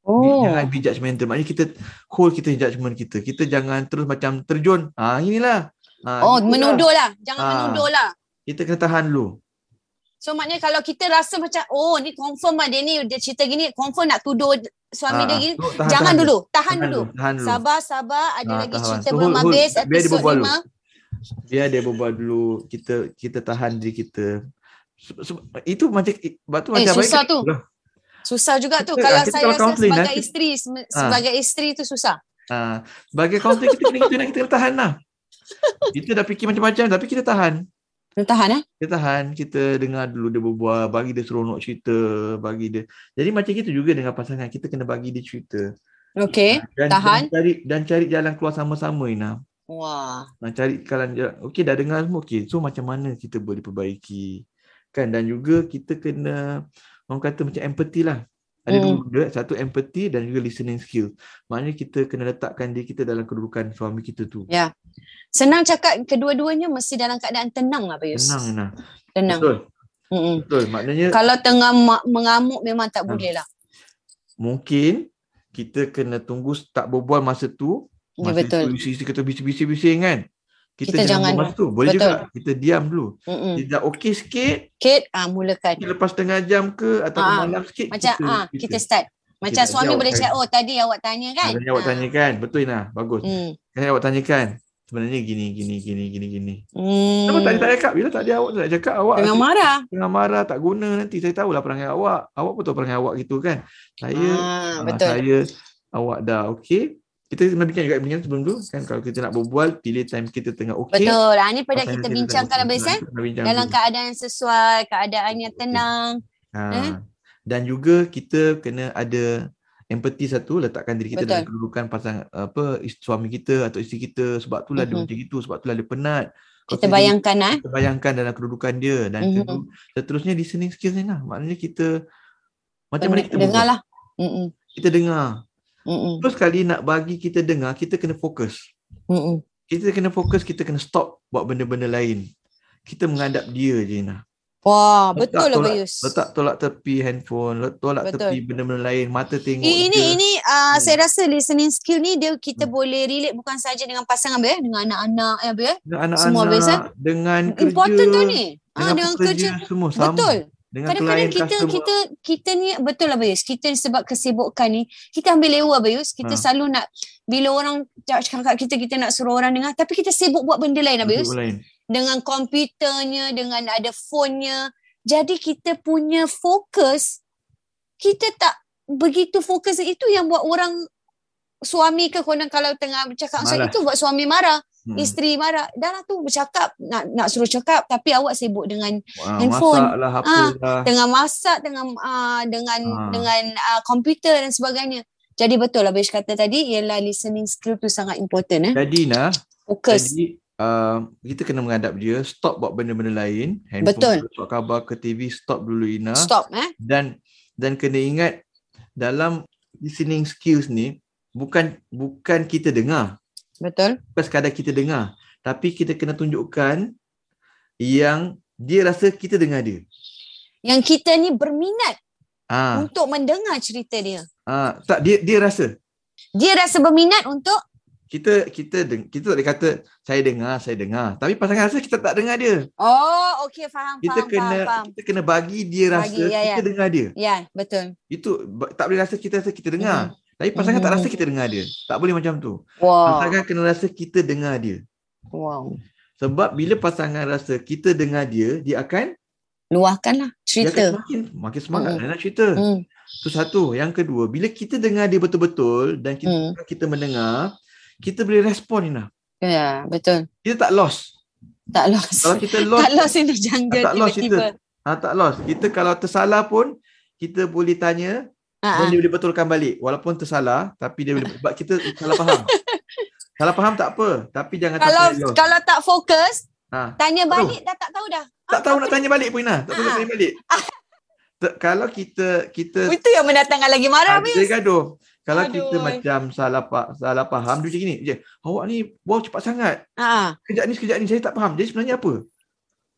S4: oh
S1: Jangan be judgemental. Maknanya kita hold kita judgement kita. Kita jangan terus macam terjun. Ah inilah. Ah,
S4: oh
S1: inilah.
S4: menuduh lah jangan
S1: Ha.
S4: menuduh lah
S1: Kita kena tahan dulu.
S4: So maknanya kalau kita rasa macam oh ni confirm lah dia ni dia cerita gini confirm nak tuduh
S1: Ah,
S4: suami dia gini
S1: so tahan-
S4: jangan
S1: tahan
S4: dulu tahan
S1: Tahan
S4: dulu
S1: Tahan dulu.
S4: sabar sabar ada
S1: Ah,
S4: lagi
S1: tahan.
S4: cerita
S1: So,
S4: belum
S1: hold- hold.
S4: habis
S1: Biar dia
S4: episod
S1: berbual
S4: 5
S1: biar dia berbual dulu kita kita tahan diri kita Se- se- itu macam sebab tu
S4: Eh,
S1: macam
S4: susah
S1: baik-
S4: tu. susah juga tu
S1: Kita-
S4: kalau
S1: kita
S4: saya
S1: kalau
S4: rasa
S1: counselling,
S4: sebagai
S1: eh,
S4: isteri se- sebagai isteri tu susah
S1: ha, sebagai kaunselor kita kena kita, kita kena tahan lah kita dah fikir macam-macam tapi kita tahan
S4: Kena tahan eh
S1: kita tahan kita dengar dulu dia berbual bagi dia seronok cerita bagi dia jadi macam kita juga dengan pasangan kita kena bagi dia cerita
S4: okey
S1: dan,
S4: tahan.
S1: dan cari dan cari jalan keluar sama-sama Ina
S4: wah
S1: Nak cari kalan jalan. Okey dah dengar semua. Okey. So macam mana kita boleh perbaiki? Kan dan juga kita kena orang kata macam empathy lah. Ada
S4: Mm.
S1: dua benda, satu empathy dan juga listening skill. Maknanya kita kena letakkan diri kita dalam kedudukan suami kita tu.
S4: senang cakap kedua-duanya mesti dalam keadaan tenang lah Bayus
S1: Tenang nah.
S4: tenang
S1: Betul.
S4: Mm-mm.
S1: Betul. Maknanya
S4: kalau tengah ma- mengamuk memang
S1: Ah.
S4: tak boleh lah
S1: mungkin kita kena tunggu tak berbual masa tu.
S4: ya
S1: Masa
S4: betul
S1: tu isteri-isteri kata bising-bising-bising kan. kita,
S4: Kita
S1: jangan
S4: jangan-
S1: bombas tu. Boleh
S4: betul. Hmm.
S1: juga kita diam dulu.
S4: Mm-mm.
S1: Kita dah okey sikit,
S4: Sikit, ah, mulakan.
S1: kita lepas tengah jam ke atau
S4: Ah,
S1: malam sikit
S4: Macam ah kita start. Macam
S1: kita-
S4: suami
S1: dia
S4: boleh
S1: awak
S4: cakap, oh tadi awak tanya kan?
S1: Tanya awak
S4: Ah.
S1: tanyakan. Betul Ina, bagus.
S4: Hmm.
S1: Kan awak tanyakan. Sebenarnya gini gini gini gini gini.
S4: Hmm.
S1: Kenapa tak Ah, ada cakap? Bila tak ada awak tak nak cakap awak
S4: Tengah
S1: asyik
S4: marah.
S1: tengah marah tak guna nanti saya tahulah perangai awak. Awak pun tahu perangai awak gitu kan. Saya Ah,
S4: Ah, betul.
S1: Saya awak dah okey. Kita kena bincang juga bincang sebelum tu kan kalau kita nak berbual pilih time kita tengah okey.
S4: Betul. Ah, ni pada
S1: Pasal
S4: kita
S1: nanti
S4: bincangkan
S1: tengah-
S4: habis eh.
S1: tengah bincang
S4: Dalam
S1: dulu.
S4: keadaan sesuai, keadaan yang tenang.
S1: ha.
S4: eh.
S1: Dan juga kita kena ada empati satu letakkan diri kita
S4: Betul.
S1: dalam kedudukan pasangan apa is- suami kita atau isteri kita sebab itulah
S4: Mhm.
S1: dia macam itu sebab itulah dia penat. Kalau
S4: Kita
S1: kita jadi-
S4: bayangkan ah.
S1: kita bayangkan dalam kedudukan dia dan
S4: Mhm.
S1: kedua, seterusnya listening skills ni lah. Maknanya kita macam mana kita berbual?
S4: Dengarlah. lah. Mm-mm.
S1: Kita dengar.
S4: Mm-mm.
S1: Terus kali nak bagi kita dengar, kita kena fokus.
S4: Mm-mm.
S1: kita kena fokus kita kena stop buat benda-benda lain kita menghadap dia je Ina
S4: Wah,
S1: Letak
S4: betul lah
S1: tolak-
S4: Bayus.
S1: letak tolak tepi handphone let- tolak
S4: Betul.
S1: tepi benda-benda lain mata tengok
S4: I- Ini
S1: dia.
S4: ini
S1: Hmm.
S4: uh, saya rasa listening skill ni dia kita boleh relate bukan saja dengan pasangan be dengan anak-anak ya be.
S1: dengan anak-anak
S4: semua habis, eh?
S1: dengan kerja
S4: Important tau ni.
S1: dengan,
S4: Ah dengan kerja.
S1: semua sama
S4: Betul.
S1: dengan
S4: Kadang-kadang
S1: klien,
S4: kita
S1: customer.
S4: kita kita ni betul lah Bayus. Kita ni sebab kesibukan ni kita ambil lewa Bayus.
S1: Ha.
S4: Kita selalu nak bila orang cakap cakap kat kita kita nak suruh orang dengar tapi kita sibuk buat benda lain lah Bayus.
S1: Benda lain.
S4: dengan komputernya, dengan ada fonnya. Jadi kita punya fokus, kita tak begitu fokus. Itu yang buat orang suami ke konon kalau tengah bercakap pasal
S1: Malas.
S4: itu buat suami marah,
S1: Hmm.
S4: isteri marah. Dah lah tu bercakap, nak nak suruh cakap tapi awak sibuk dengan
S1: Ah,
S4: handphone.
S1: masak lah apa
S4: Ah,
S1: lah
S4: dengan masak, dengan uh, dengan
S1: Ah.
S4: dengan uh, komputer dan sebagainya. Jadi betul lah Bish kata tadi ialah listening skill tu sangat important eh.
S1: jadi Ina
S4: Fokus.
S1: Jadi uh, kita kena menghadap dia, stop buat benda-benda lain.
S4: Betul.
S1: Handphone, surat khabar ke TV, stop dulu Ina.
S4: Stop eh.
S1: Dan dan kena ingat dalam listening skills ni bukan bukan kita dengar,
S4: Betul.
S1: bukan sekadar kita dengar, tapi kita kena tunjukkan yang dia rasa kita dengar dia.
S4: Yang kita ni berminat
S1: Ah,
S4: untuk mendengar cerita dia.
S1: ah tak dia dia rasa.
S4: Dia rasa berminat untuk
S1: Kita kita deng- kita tak boleh kata saya dengar, saya dengar. Tapi pasangan rasa kita tak dengar dia.
S4: oh okey faham
S1: Kita
S4: faham
S1: kena
S4: faham faham.
S1: kita kena bagi dia rasa
S4: Bagi, ya,
S1: kita
S4: ya.
S1: dengar dia.
S4: Ya, betul.
S1: Itu ba- tak boleh rasa kita rasa kita dengar. Tapi pasangan tak
S4: Mhm.
S1: rasa kita dengar dia. Tak boleh macam tu.
S4: Wow.
S1: Pasangan kena rasa kita dengar dia.
S4: Wow.
S1: Sebab bila pasangan rasa kita dengar dia, dia akan
S4: Luahkanlah
S1: dia akan
S4: cerita.
S1: makin makin semangat
S4: Mm.
S1: mm. nak cerita.
S4: Hmm.
S1: Itu satu. Yang kedua, bila kita dengar dia betul-betul dan kita,
S4: Hmm.
S1: kita mendengar, kita boleh respon Ina.
S4: Ya, betul.
S1: Kita tak lost.
S4: Tak lost.
S1: Kalau kita lost,
S4: *laughs* Tak lost ini jungle
S1: tak lost kita.
S4: tiba-tiba.
S1: Ha, tak lost. Kita kalau tersalah pun kita boleh tanya
S4: Ha,
S1: Dan
S4: ha.
S1: dia boleh betulkan balik Walaupun tersalah Tapi dia boleh Sebab kita salah
S4: *laughs*
S1: faham Salah faham tak apa Tapi jangan
S4: Kalau
S1: sampai lost.
S4: kalau tak fokus,
S1: ha.
S4: tanya balik dah tak tahu dah.
S1: Tak tahu nak tanya balik pun Ina Tak tahu nak
S4: Ah.
S1: tanya balik Ter- Kalau kita Kita
S4: Itu yang mendatangkan lagi
S1: ah,
S4: marah habis.
S1: Kita gaduh Kalau
S4: Aduh.
S1: kita macam Salah pa- salah faham Dia macam gini je Awak ni Wow cepat sangat
S4: Ha.
S1: Kejap ni sekejap ni Saya tak faham Jadi sebenarnya apa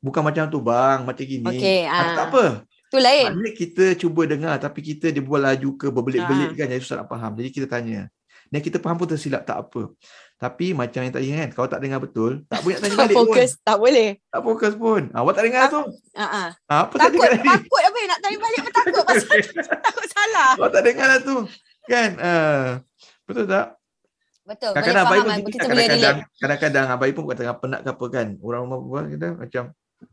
S1: Bukan macam tu bang Macam gini
S4: Okey,
S1: ah,
S4: ah.
S1: Tak apa
S4: Tu lain.
S1: Maknanya kita cuba dengar tapi kita dia buat laju ke berbelit-belit
S4: Ah.
S1: kan jadi susah nak faham. Jadi kita tanya. Dan kita faham pun tersilap tak apa. Tapi macam yang tadi kan kalau tak dengar betul, tak boleh nak tanya
S4: Tak
S1: balik
S4: fokus, tak boleh.
S1: pun. Tak fokus pun. Ah, awak tak dengar tu.
S4: Ha.
S1: Ah, apa tak
S4: Takut
S1: dengar tadi?
S4: takut apa nak tanya balik pun
S1: *laughs*
S4: takut pasal takut salah.
S1: Awak tak dengar lah tu. Kan? Ah, betul tak?
S4: Betul. Boleh
S1: Kadang-kadang abai
S4: faham.
S1: pun
S4: kan?
S1: kita
S4: Kita boleh
S1: kadang-kadang
S4: relate.
S1: kadang-kadang abai pun bukan tengah penat ke apa kan. Orang rumah perempuan kita macam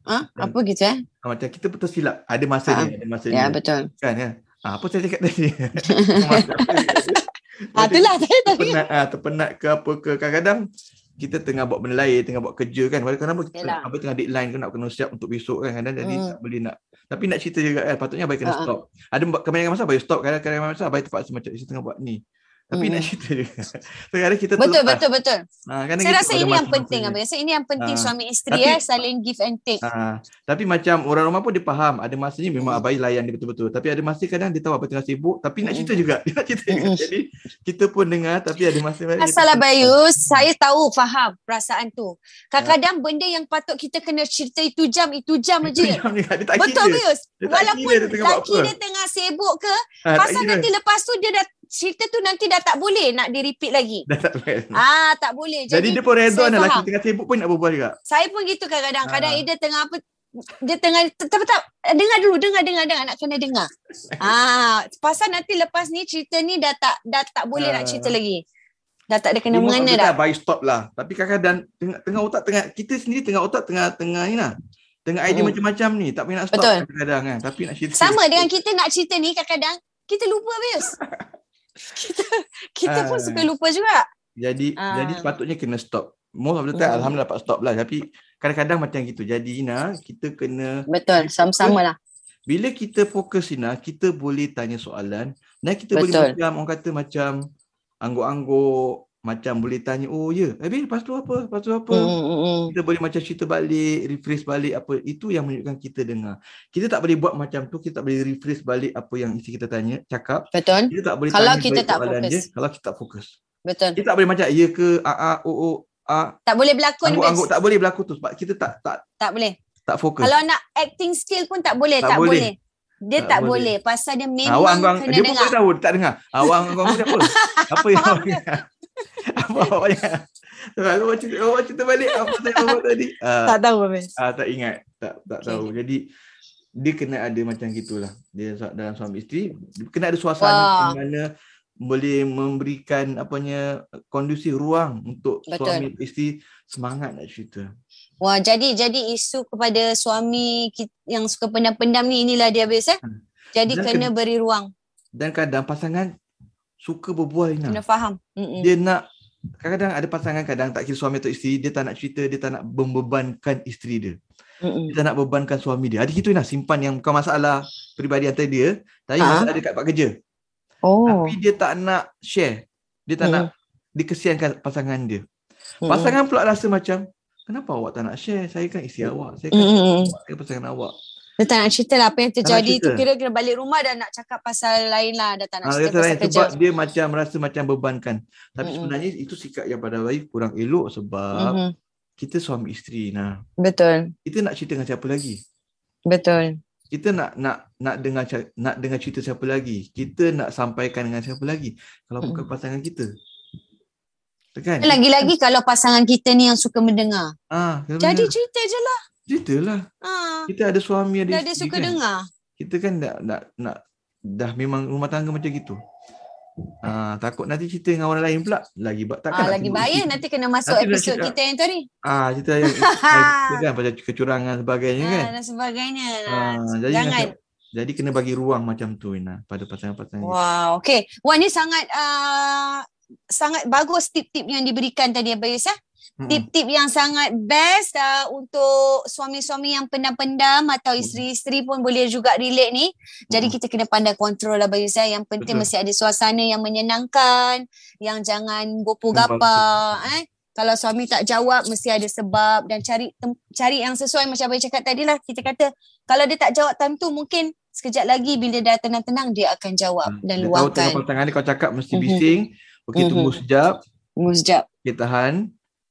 S4: Ha? Apa gitu eh?
S1: ah, macam kita pun tersilap. Ada masa
S4: Ah.
S1: dia, ada masa dia.
S4: Ya, betul.
S1: Kan ya. Ah, apa saya cakap tadi?
S4: *laughs*
S1: Masa apa dia?
S4: Ah, itulah saya tadi.
S1: terpenat ah terpenat ke apa ke kadang-kadang kita tengah buat benda lain tengah buat kerja kan kenapa kita nak,
S4: Yalah.
S1: abang tengah deadline ke nak kena siap untuk besok kan kadang jadi
S4: Hmm.
S1: tak boleh nak tapi nak cerita juga kan patutnya abang kena
S4: Ah, ah.
S1: stop ada ba- kebanyakan masa abang stop kadang-kadang masa abang terpaksa macam saya tengah buat ni tapi
S4: Hmm.
S1: nak cerita juga *laughs* kadang-kadang kita
S4: Betul,
S1: terlepas.
S4: betul, betul.
S1: Ah, kadang
S4: Saya
S1: kita lah. ada
S4: rasa ini yang
S1: masa-masa
S4: penting
S1: dia.
S4: abang. Saya ini yang penting
S1: Ah.
S4: suami isteri
S1: Tapi-
S4: eh saling give and take.
S1: Ah, tapi macam orang rumah pun dia faham ada masanya memang
S4: Mm.
S1: abai layan dia betul-betul tapi ada masa kadang dia tahu abang tengah sibuk tapi nak
S4: Mm.
S1: cerita juga *laughs* dia nak cerita juga
S4: Mm-mm.
S1: jadi kita pun dengar tapi ada masa kita
S4: Masalah
S1: pun-
S4: lah, Bayus, saya tahu faham perasaan tu. Kadang-kadang benda yang patut kita kena cerita itu jam, itu jam
S1: Dia jam
S4: aja.
S1: juga, dia tak
S4: Betul
S1: kira.
S4: Bayus.
S1: Dia tak kira
S4: Walaupun
S1: dia tengah buat
S4: laki
S1: apa.
S4: dia tengah sibuk ke,
S1: Ah, tak
S4: pasal
S1: kira.
S4: nanti lepas tu dia dah cerita tu nanti dah tak boleh nak di-repeat lagi.
S1: *laughs* Dah tak fair.
S4: Ah, tak boleh.
S1: Hmm. Jadi, dia pun redha
S4: saya
S1: nak lelaki
S4: faham.
S1: tengah sibuk pun nak berbual juga.
S4: Saya pun gitu kadang-kadang. Kadang
S1: Ah.
S4: Ida tengah apa dia tengah tak tak, tak dengar dulu dengar dengar dengar nak kena
S1: *laughs*
S4: dengar. Ah, pasal nanti lepas ni cerita ni dah tak dah tak boleh nak cerita
S1: Ah.
S4: lagi. Dah tak ada kena
S1: Dia
S4: mengena
S1: maksud
S4: dah.
S1: dia Baik stop lah. Tapi kadang-kadang tengah, tengah otak tengah kita sendiri tengah otak tengah tengah ni lah. Tengah idea
S4: Mm.
S1: macam-macam ni. Tak payah nak stop
S4: Betul.
S1: kadang-kadang kan. Tapi nak cerita.
S4: Sama dengan kita nak cerita ni kadang-kadang kita lupa
S1: *laughs*
S4: bias. kita kita pun
S1: Ah.
S4: suka lupa juga.
S1: Jadi
S4: Ah.
S1: jadi sepatutnya kena stop. Most of the time
S4: Mm.
S1: alhamdulillah dapat stop lah. Tapi kadang-kadang macam gitu. Jadi Ina, kita kena
S4: Betul, sama-sama lah.
S1: bila kita fokus Ina, kita boleh tanya soalan dan kita
S4: Betul.
S1: boleh macam orang kata macam angguk-angguk, macam boleh tanya, "Oh ya, yeah. habis lepas tu apa? Lepas tu apa?"
S4: Hmm.
S1: kita boleh macam cerita balik, rephrase balik apa itu yang menunjukkan kita dengar. Kita tak boleh buat macam tu, kita tak boleh rephrase balik apa yang isi kita tanya, cakap.
S4: Betul,
S1: Kita tak boleh
S4: Kalau
S1: tanya
S4: kita
S1: balik
S4: tak
S1: soalan
S4: fokus.
S1: dia kalau kita tak fokus.
S4: betul.
S1: Kita tak boleh macam ya ke a a o o a
S4: Tak boleh berlakon
S1: angguk-angguk
S4: bias.
S1: tak boleh berlaku tu sebab kita tak tak
S4: Tak boleh.
S1: tak fokus. Ah,
S4: Kalau nak acting skill pun tak boleh, tak, boleh. Dia
S1: Tak
S4: tak, boleh.
S1: boleh.
S4: pasal dia
S1: Ah, awak
S4: memang
S1: angguk
S4: kena
S1: dia pun
S4: dengar.
S1: boleh tahu dia tak dengar. Ah, Awak angguk-angguk
S4: *laughs*
S1: dia apa? Apa yang awak *laughs* apa awak yang Lalu awak cerita, awak cerita balik apa saya buat tadi. Ah,
S4: tahu Bias.
S1: Ah tak ingat, tak tak
S4: Okay.
S1: okay. tahu. Jadi dia kena ada macam gitulah. Dia su- dalam suami isteri dia kena ada suasana
S4: Wah.
S1: di mana boleh memberikan apanya kondusif ruang untuk
S4: Betul.
S1: suami isteri semangat nak cerita.
S4: Wah, jadi jadi isu kepada suami ki- yang suka pendam-pendam ni inilah dia Bias eh.
S1: Hmm.
S4: Jadi
S1: Dan
S4: kena beri ruang,
S1: Dan kadang pasangan suka berbual Ina.
S4: kena faham. Mm-mm.
S1: Hmm. Dia nak kadang-kadang ada pasangan kadang tak kira suami atau isteri dia tak nak cerita, dia tak nak membebankan isteri dia.
S4: Mm-mm.
S1: Dia tak nak bebankan suami dia. Ada gitu Ina simpan yang bukan masalah peribadi antara dia, tapi
S4: Ha.
S1: masalah dekat tempat kerja.
S4: Oh.
S1: Tapi dia tak nak share. Dia tak
S4: Mm.
S1: nak dikesiankan pasangan dia.
S4: Mm-mm.
S1: Pasangan pula rasa macam, kenapa awak tak nak share? Saya kan isteri awak. Saya kan
S4: Mm-mm.
S1: awak, saya pasangan awak.
S4: Dia tak nak cerita lah apa yang terjadi tu
S1: cerita.
S4: kira kira balik rumah dah nak cakap pasal lain lah dah tak nak
S1: Ah, dia
S4: cerita
S1: kata
S4: pasal
S1: lain
S4: kerja.
S1: sebab dia macam rasa macam bebankan. Tapi
S4: Mm-mm.
S1: sebenarnya itu sikap yang pada baik kurang elok sebab
S4: Mhm.
S1: kita suami isteri. Nah,
S4: Betul.
S1: kita nak cerita dengan siapa lagi?
S4: Betul.
S1: Kita nak nak nak dengar ca- nak dengar cerita siapa lagi? Kita nak sampaikan dengan siapa lagi? Kalau bukan pasangan kita. Kan?
S4: Lagi-lagi kalau pasangan kita ni yang suka mendengar.
S1: Ah, kena
S4: Jadi
S1: dengar.
S4: cerita je lah.
S1: ceritalah.
S4: Ha.
S1: kita ada suami ada
S4: Dah dia
S1: isteri
S4: suka
S1: kan?
S4: dengar.
S1: kita kan nak nak nak dah memang rumah tangga macam gitu ah takut nanti cerita dengan orang lain pula lagi ba- takkan
S4: Ah,
S1: nak
S4: lagi
S1: sebut
S4: bahaya
S1: isteri-
S4: nanti kena masuk
S1: Nanti dah
S4: episod
S1: cerita.
S4: kita yang tu ni.
S1: ah cerita
S4: *laughs*
S1: yang kita kan pasal kecurangan sebagainya kan
S4: Ha, dan sebagainya.
S1: ah jadi
S4: Jangan.
S1: macam- jadi kena bagi ruang macam tu Ina pada pasangan-pasangan kita.
S4: Wow. Okay. Wah ni sangat uh, sangat bagus tip-tip yang diberikan tadi Abayus ya.
S1: Mm-mm.
S4: Tip-tip yang sangat best uh, untuk suami-suami yang pendam-pendam atau
S1: Hmm.
S4: isteri-isteri pun boleh juga relate ni. Jadi
S1: Mm-mm.
S4: kita kena pandai kontrol lah Abayus ya. Yang penting
S1: Hmm. Betul.
S4: mesti ada suasana yang menyenangkan, yang jangan gopoh gapa
S1: Betul.
S4: eh. Kalau suami tak jawab mesti ada sebab dan cari tem- cari yang sesuai macam Abayus cakap tadi lah. Kita kata kalau dia tak jawab time tu mungkin sekejap lagi bila dah tenang-tenang dia akan jawab
S1: Ah,
S4: dan
S1: dia tahu tengah
S4: luahkan.
S1: pasangan dia kau cakap mesti
S4: Mhm.
S1: bising okey
S4: Mhm.
S1: tunggu sekejap
S4: Tunggu sekejap.
S1: dia tahan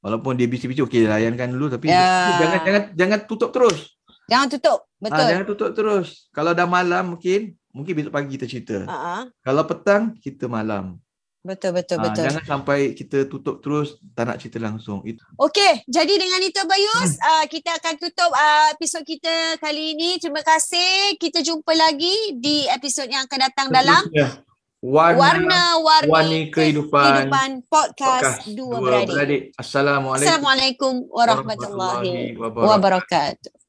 S1: walaupun dia bising-bising okey layankan dulu tapi
S4: Ya.
S1: jangan jangan jangan tutup terus
S4: Jangan tutup.
S1: Ah,
S4: Betul.
S1: jangan tutup terus. Kalau dah malam mungkin, mungkin besok pagi kita cerita.
S4: Ha ah.
S1: Kalau petang, kita malam.
S4: Betul betul
S1: Ah,
S4: betul.
S1: jangan sampai kita tutup terus, tak nak cerita langsung. Itu.
S4: Okey, jadi dengan itu Bayus,
S1: Hmm.
S4: uh, kita akan tutup uh, episod kita kali ini. Terima kasih. Kita jumpa lagi di episod yang akan datang dalam ya.
S1: Seterusnya, warna,
S4: Warna-warni
S1: warni kehidupan,
S4: kehidupan podcast,
S1: podcast
S4: Dua Beradik.
S1: Assalamualaikum.
S4: Assalamualaikum warahmatullahi
S1: warahmatullahi wabarakatuh.
S4: wabarakatuh.